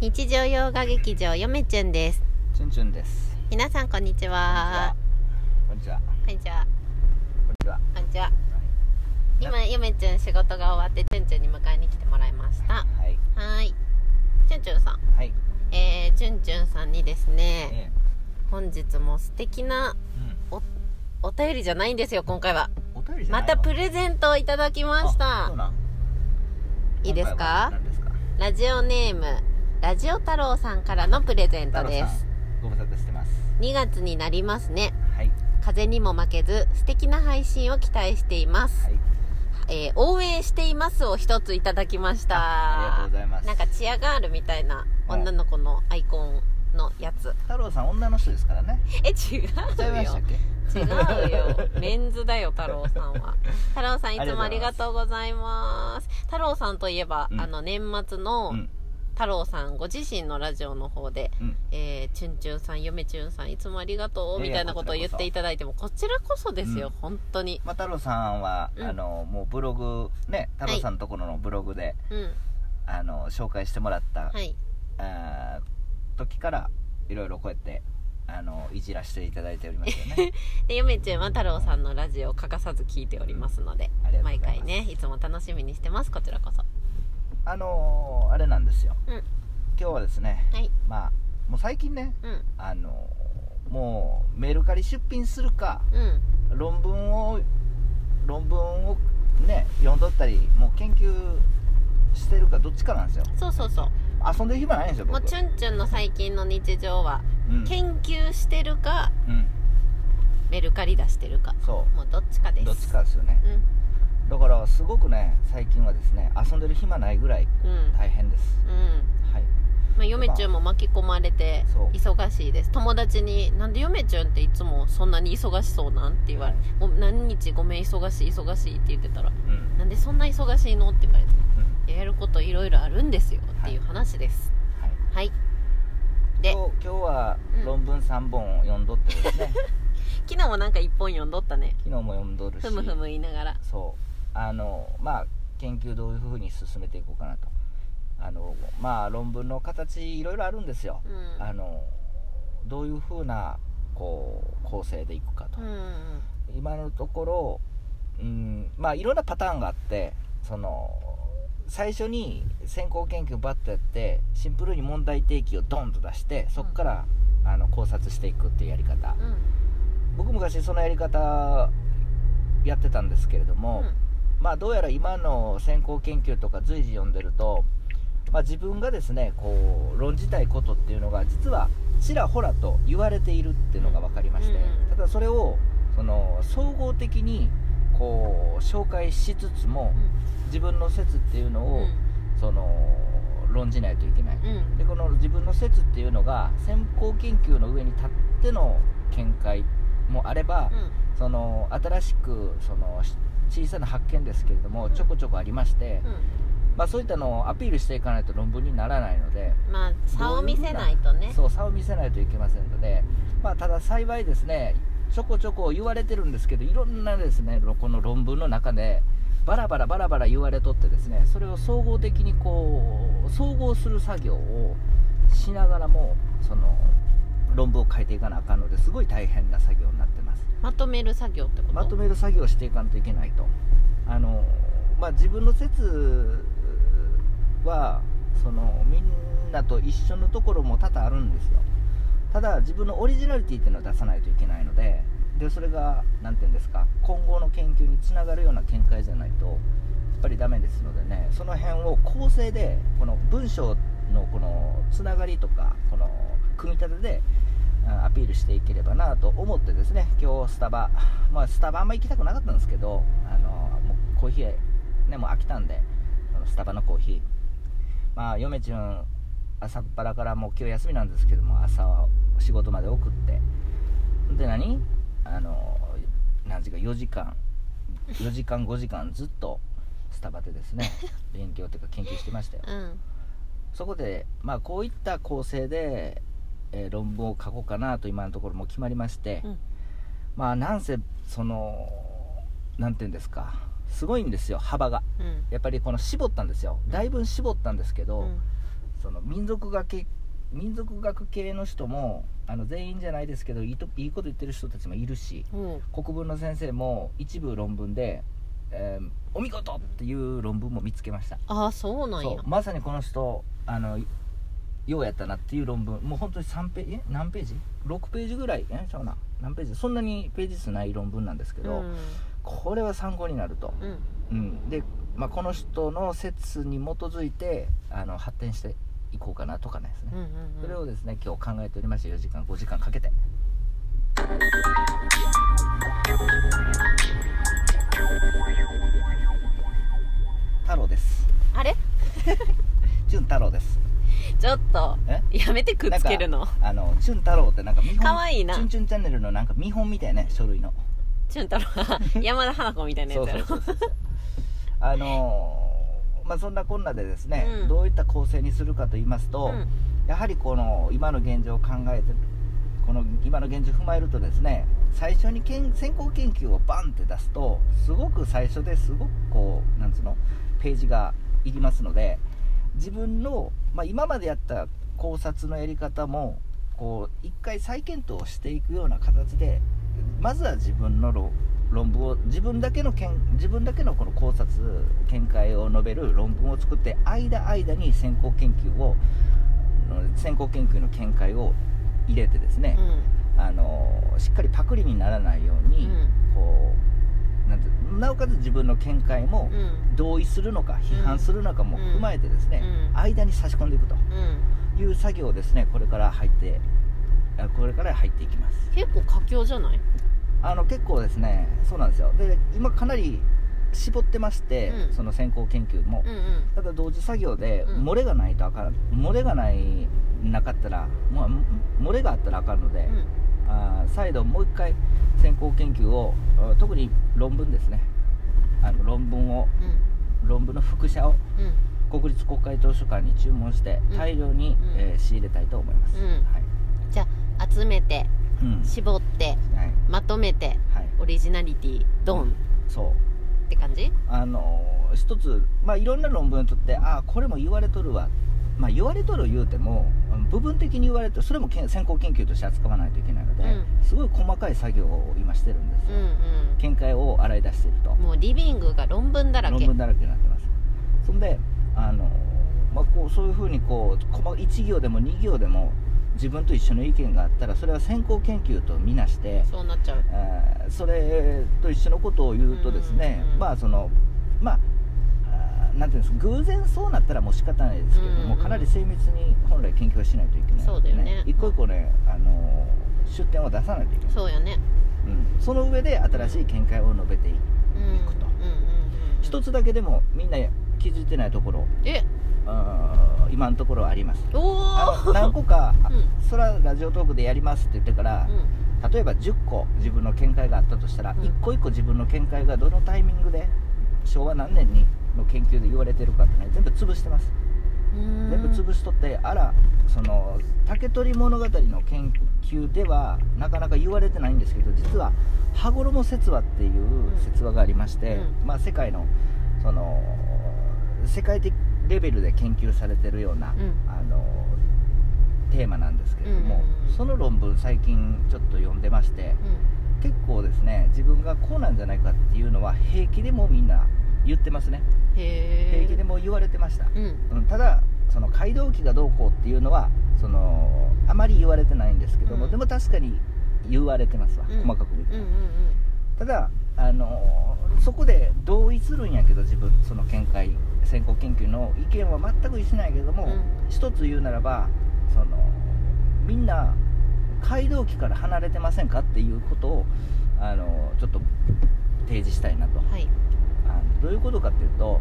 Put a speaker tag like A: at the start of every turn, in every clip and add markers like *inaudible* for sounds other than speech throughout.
A: 日常洋画劇場よめちゅんです
B: チュンチュンです。
A: 皆さんこんにちは
B: こんにちは。
A: こんにちは
B: こんにちは。
A: こんにちは
B: い
A: 今よめちゅん仕事が終わってちゅんちゅんに迎えに来てもらいましたは
B: は
A: ー
B: い。
A: いちゅんちゅんさん
B: はい。
A: えー、ちゅんちゅんさんにですね
B: ええ。
A: 本日も素敵なお便りじゃないんですよ今回は
B: うん。お便りじゃな
A: ま
B: い
A: たプ
B: レ
A: レゼントをいただきまし
B: そ
A: た
B: うなん。
A: いいです
B: 今回は
A: か
B: 何ですか。
A: ラジオネームラジオ太郎さんからのプレゼントで
B: 太郎さ
A: す
B: ん。ご無沙汰してます。
A: 2月になりますね
B: はい。
A: 風にも負けず素敵な配信を期待しています
B: は、い。
A: えー応援していますを一ついただきました
B: ありがとうございます。
A: なんかチアガールみたいな女の子のアイコンのやつ
B: 太郎さん女の人ですからね。
A: え違
B: ちゃいうました
A: よ
B: っけ。
A: 違うよメンズだよ太郎さん
B: *laughs*
A: は太郎さんいつもあ
B: あ
A: り
B: り
A: が
B: が
A: とうございます太郎さんといえば、
B: うん
A: あの年末の
B: うん。
A: 太郎さんご自身のラジオの方で
B: うん。
A: 「えー、チュンチュンさん嫁チュンさんいつもありがとう」
B: いやい
A: み
B: や
A: たいなことを言っていただいてもこちらこそですよ、
B: うん
A: 本当に
B: まあ太郎さんは
A: うん
B: あのもうブログね太郎さんのところのブログで
A: うん
B: あの紹介してもらった
A: はい
B: あー時からいろいろこうやってあのいじらしていただいておりますよ
A: *laughs*
B: ね。
A: で嫁ちゃんは太郎さんのラジオを欠かさず聞いておりますので
B: ありがとうございます
A: 毎回ねいつも楽しみにしてますこちらこそ
B: あのーあれなんですよ、
A: うん
B: 今日はですね、
A: はい
B: まあもう最近ね、
A: うん
B: あのーもうメルカリ出品するか
A: うん
B: 論文を論文をね読んどったりもう研究してるかどっちかなんですよ
A: そうそうそう
B: 遊んでる暇ないんですよ
A: もう
B: 僕
A: チュンチュンの最近の日常は
B: うん、
A: 研究してるか
B: うん
A: メルカリ出してるか
B: そ
A: もうどっちかで
B: う
A: す
B: どっちかですよね
A: う
B: だからすごくね最近はですね遊んでる暇ないぐらい
A: んうん
B: 大変です
A: うん
B: はい
A: まあ、嫁ちゅんも巻き込まれて
B: そう
A: 忙しいです友達に「なんで嫁ちゅんっていつもそんなに忙しそうなん?」って言われ
B: はい
A: て「もう何日ごめん忙しい忙しい」って言ってたら
B: うんうん
A: 「なんでそんな忙しいの?」って言われて「いややることいろいろあるんですよ」っていう話です
B: はい
A: はい
B: 今
A: で
B: 日今日は
A: うん
B: 論文3本を読んどってで
A: *laughs*
B: すね、
A: 昨日もなんか一本読んどったね
B: 昨日も読んどるし
A: ふむふむ言いながら
B: そうあのまあ研究どういうふうに進めていこうかなとあのまあ論文の形いろいろあるんですよ
A: う、ん
B: あのどういうふうなこう構成でいくかと、
A: うん
B: 今のところ、うん、まあいろんなパターンがあってその最初に先行研究バッとやってシンプルに問題提起をドンと出してそこから、あの考察していくっていうやり方、
A: うん
B: 僕昔そのやり方やってたんですけれども、まあどうやら今の先行研究とか随時読んでると、まあ、自分がですねこう論じたいことっていうのが実はちらほらと言われているっていうのが分かりまして、
A: うん
B: ただそれをその総合的にこう紹介しつつも自分の説っていうの
A: うん
B: を、その論じないといけない
A: うんうん
B: でこの自分の説っていうのが先行研究の上に立っての見解もあれば、
A: うん
B: その新しくそのし小さな発見ですけれど
A: う
B: も
A: ん
B: ちょこちょこありまして、
A: う
B: まあ、そういったのをアピールしていかないと論文にならないので、
A: んまあ差を見せないとね
B: そう差を見せないといけませんので、まあ、ただ幸いですねちょこちょこ言われてるんですけどいろんなですねろこの論文の中でバラバラバラバラ言われとってですねそれを総合的にこう総合する作業をしながらもその論文を書いていかなあかんのですごい大変な作業になってます。
A: まとめる作業ってこと
B: まとめる作業をしていかんといけないとあの、まあ、自分の説はそのみんなと一緒のところも多々あるんですよただ自分のオリジナリティっていうのを出さないといけないのででそれが何て言うんですか今後の研究につながるような見解じゃないとやっぱりダメですのでねその辺を構成でこの文章のこのつながりとかこの組み立てでうんアピールしていければなと思ってですね今日スタバ、まあ、スタバあんま行きたくなかったんですけどあのもうコーヒー、ね、もう飽きたんであのスタバのコーヒーまあ嫁ちゅん朝っぱらからもう今日休みなんですけども朝仕事まで送ってで何あの何時か4時間4時間5時間ずっとスタバでですね勉強というか研究してましたよ
A: うん
B: そこで、まあ、こういった構成で、えー論文を書こうかなと今のところも決まりまして、
A: うん
B: まあなんせそのなんていうんですかすごいんですよ幅が
A: うん
B: やっぱりこの絞ったんですよだいぶ絞ったんですけど、
A: うん
B: そその民族学系民族学系の人もあの全員じゃないですけどいいといいこと言ってる人たちもいるし
A: うん
B: 国文の先生も一部論文で、えーお見事っていう論文も見つけました
A: ああそうなん
B: そ
A: や
B: うまさにこの人あのようやったなっていう論文もう本当に3ページえ何ページ ?6 ページぐらいえちゃうな何ページそんなにページ数ない論文なんですけ
A: う
B: ど、
A: ん
B: これは参考になると、
A: うん
B: うんで、まあ、この人の説に基づいてあの発展していこうかなとかねですね
A: うんうん
B: それ
A: うん
B: をですね今日考えておりまして4時間5時間かけて太郎です
A: あれ
B: 潤太郎です
A: ちょっと
B: え
A: やめてくっつけるの
B: あの潤太郎ってなんか見本
A: かわいいな
B: チュンチュンチャンネルのなんか見本みたいね書類の
A: チュン太郎は *laughs* 山田花子みたいな
B: そ
A: や
B: う
A: つや
B: そう
A: ろ
B: そうそうそうあのーまあそんなこんなでですね、
A: うん
B: どういった構成にするかと言いますと、
A: うん
B: やはりこの今の現状を考えてこの今の現状を踏まえるとですね最初にけん先行研究をバンって出すとすごく最初ですごくこうなんつうのページがいりますので自分の、まあ、今までやった考察のやり方もこう一回再検討していくような形でまずは自分の論論文を自分だけの見自分だけのこの考察見解を述べる論文を作って間間に先行研究を先行研究の見解を入れてですね、あのしっかりパクリにならないよう
A: うん
B: に、こうなんてなおかつ自分の見解も
A: うん
B: 同意するのか批判するのかも踏まえてですね、
A: うん
B: 間に差し込んでいくと
A: うん
B: いう作業をですねこれから入ってあこれから入っていきます
A: 結構佳境じゃない
B: あの結構ですねそうなんですよで今かなり絞ってまして、
A: うん
B: その先行研究も、
A: うんうん
B: ただ同時作業で
A: うん
B: 漏れがないとあかん、漏れがないなかったら、まあ、も漏れがあったらあかんので、
A: うん
B: あー再度もう一回先行研究をあー特に論文ですねあの論文を論文の副写を
A: うん
B: 国立国会図書館に注文して
A: うん
B: 大量に、
A: うん
B: えー仕入れたいと思います、
A: うん
B: はい、
A: うん集めて
B: うん、
A: 絞って
B: はい、
A: まとめて
B: はい、
A: オリジナリティドン
B: そう
A: って感じ
B: あのー一つ、まあ、いろんな論文にとってああこれも言われとるわ、まあ、言われとる言うてもうん部分的に言われてそれもけん先行研究として扱わないといけないので、
A: う
B: すごい細かい作業を今してるんです
A: う
B: よ、
A: ん
B: 見解を洗い出していると
A: うんもうリビングが論文だら
B: 論
A: け
B: 文だらけになってますそんであの、まあ、こうそういうふうにこう細か1行でも2行でも自分と一緒の意見があったらそれは先行研究とみなして
A: そうなっちゃう
B: えーそれと一緒のことを言うとですね、
A: うん
B: まあそのまああーなんていうんですか偶然そうなったらもう仕方ないですけども、
A: うんうん
B: かなり精密に本来研究はしないといけないので、
A: そうだよね
B: 一個一個ね、あのー出典を出さないといけない
A: そうよね
B: うんその上で新しい見解を述べていく、
A: うん
B: 行くと
A: うんうんうんうん
B: 一つだけでもみんな気づいてないところ
A: え
B: あー今のところはあります
A: お
B: あの
A: お
B: 何
A: *laughs*
B: 個か「あ
A: うん
B: そらラジオトークでやります」って言ってから、
A: うん
B: 例えば10個自分の見解があったとしたら、
A: うん
B: 一個一個自分の見解がどのタイミングで昭和何年にの研究で言われてるかってね全部潰してます、
A: うん
B: 全部潰しとってあらその竹取物語の研究ではなかなか言われてないんですけど実は羽衣説話っていう説話がありまして、
A: うん
B: まあ世界のその世界的レベルで研究されてるような、
A: うん
B: あのテーマなんですけれども、
A: うん
B: その論文最近ちょっと読んでまして結構ですね自分がこうなんじゃないかっていうのは平気でもみんな言ってますね
A: うんへえ
B: 平気でも言われてました、
A: うん
B: うん、ただその街道記がどうこうっていうのはそのあまり言われてないんですけども、
A: うん
B: でも確かに言われてますわ、
A: うん
B: 細かく見て、
A: うんうん
B: ただあのそこで同意するんやけど自分その見解先行研究の意見は全く一緒ないけども、
A: うん
B: 一つ言うならばそのみんな街道機から離れてませんかっていうことをあのちょっと提示したいなと
A: うんはい
B: あのどういうことかっていうと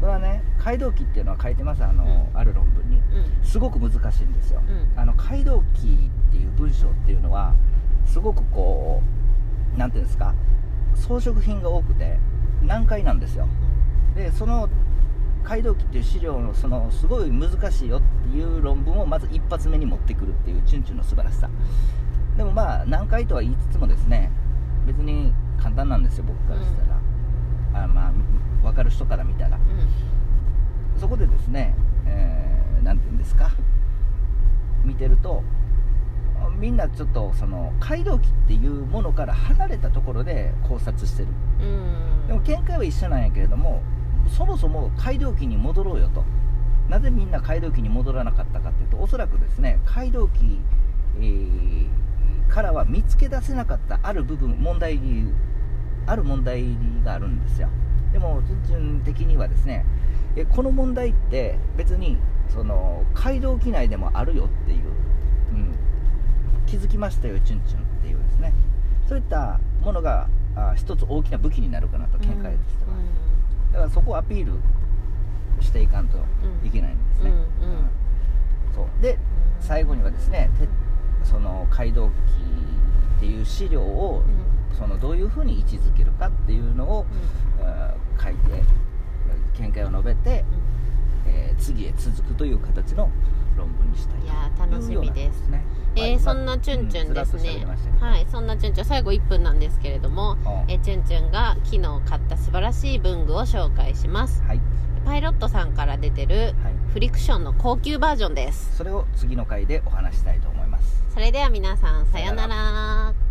B: これはね街道機っていうのは書いてますあの、
A: うん
B: ある論文に
A: うん
B: すごく難しいんですよ
A: うん
B: あの街道記っていう文章っていうのはすごくこうなんていうんですか装飾品が多くて難解なんですよでその街道記っていう資料のそのすごい難しいよっていう論文をまず一発目に持ってくるっていうチュンチュンの素晴らしさでもまあ難解とは言いつつもですね別に簡単なんですよ僕からしたら、あまあ分かる人から見たら
A: うん
B: そこでですね、えーなんて言うんですか見てるとみんなちょっとその街道機っていうものから離れたところで考察してる
A: うん
B: でも見解は一緒なんやけれどもそもそも街道機に戻ろうよとなぜみんな街道機に戻らなかったかっていうとおそらくですね街道機、えーからは見つけ出せなかったある部分問題理由ある問題理由があるんですよでも順々的にはですねえこの問題って別にその街道機内でもあるよっていう、うん、気づきましたよチュンチュンっていうですねそういったものがあ一つ大きな武器になるかなと見解としては、だからそこをアピールしていかんといけないんですね、
A: うんうん
B: そうで最後にはですねてその街道機っていう資料を
A: うんうん
B: そのどういうふうに位置づけるかっていうのを、あー書いて見解を述べて、えー次へ続くという形の論文にしたい
A: いやー楽しみです
B: ね
A: えー
B: はい
A: そんなチュンチュンですね
B: うんずらっと喋りましたけど
A: はいそんなチュンチュン最後1分なんですけれども
B: うん
A: えーチュンチュンが昨日買った素晴らしい文具を紹介します
B: はい
A: パイロットさんから出てる
B: はい
A: フリクションの高級バージョンです
B: それを次の回でお話したいと思います
A: それでは皆さんさような
B: さ
A: ら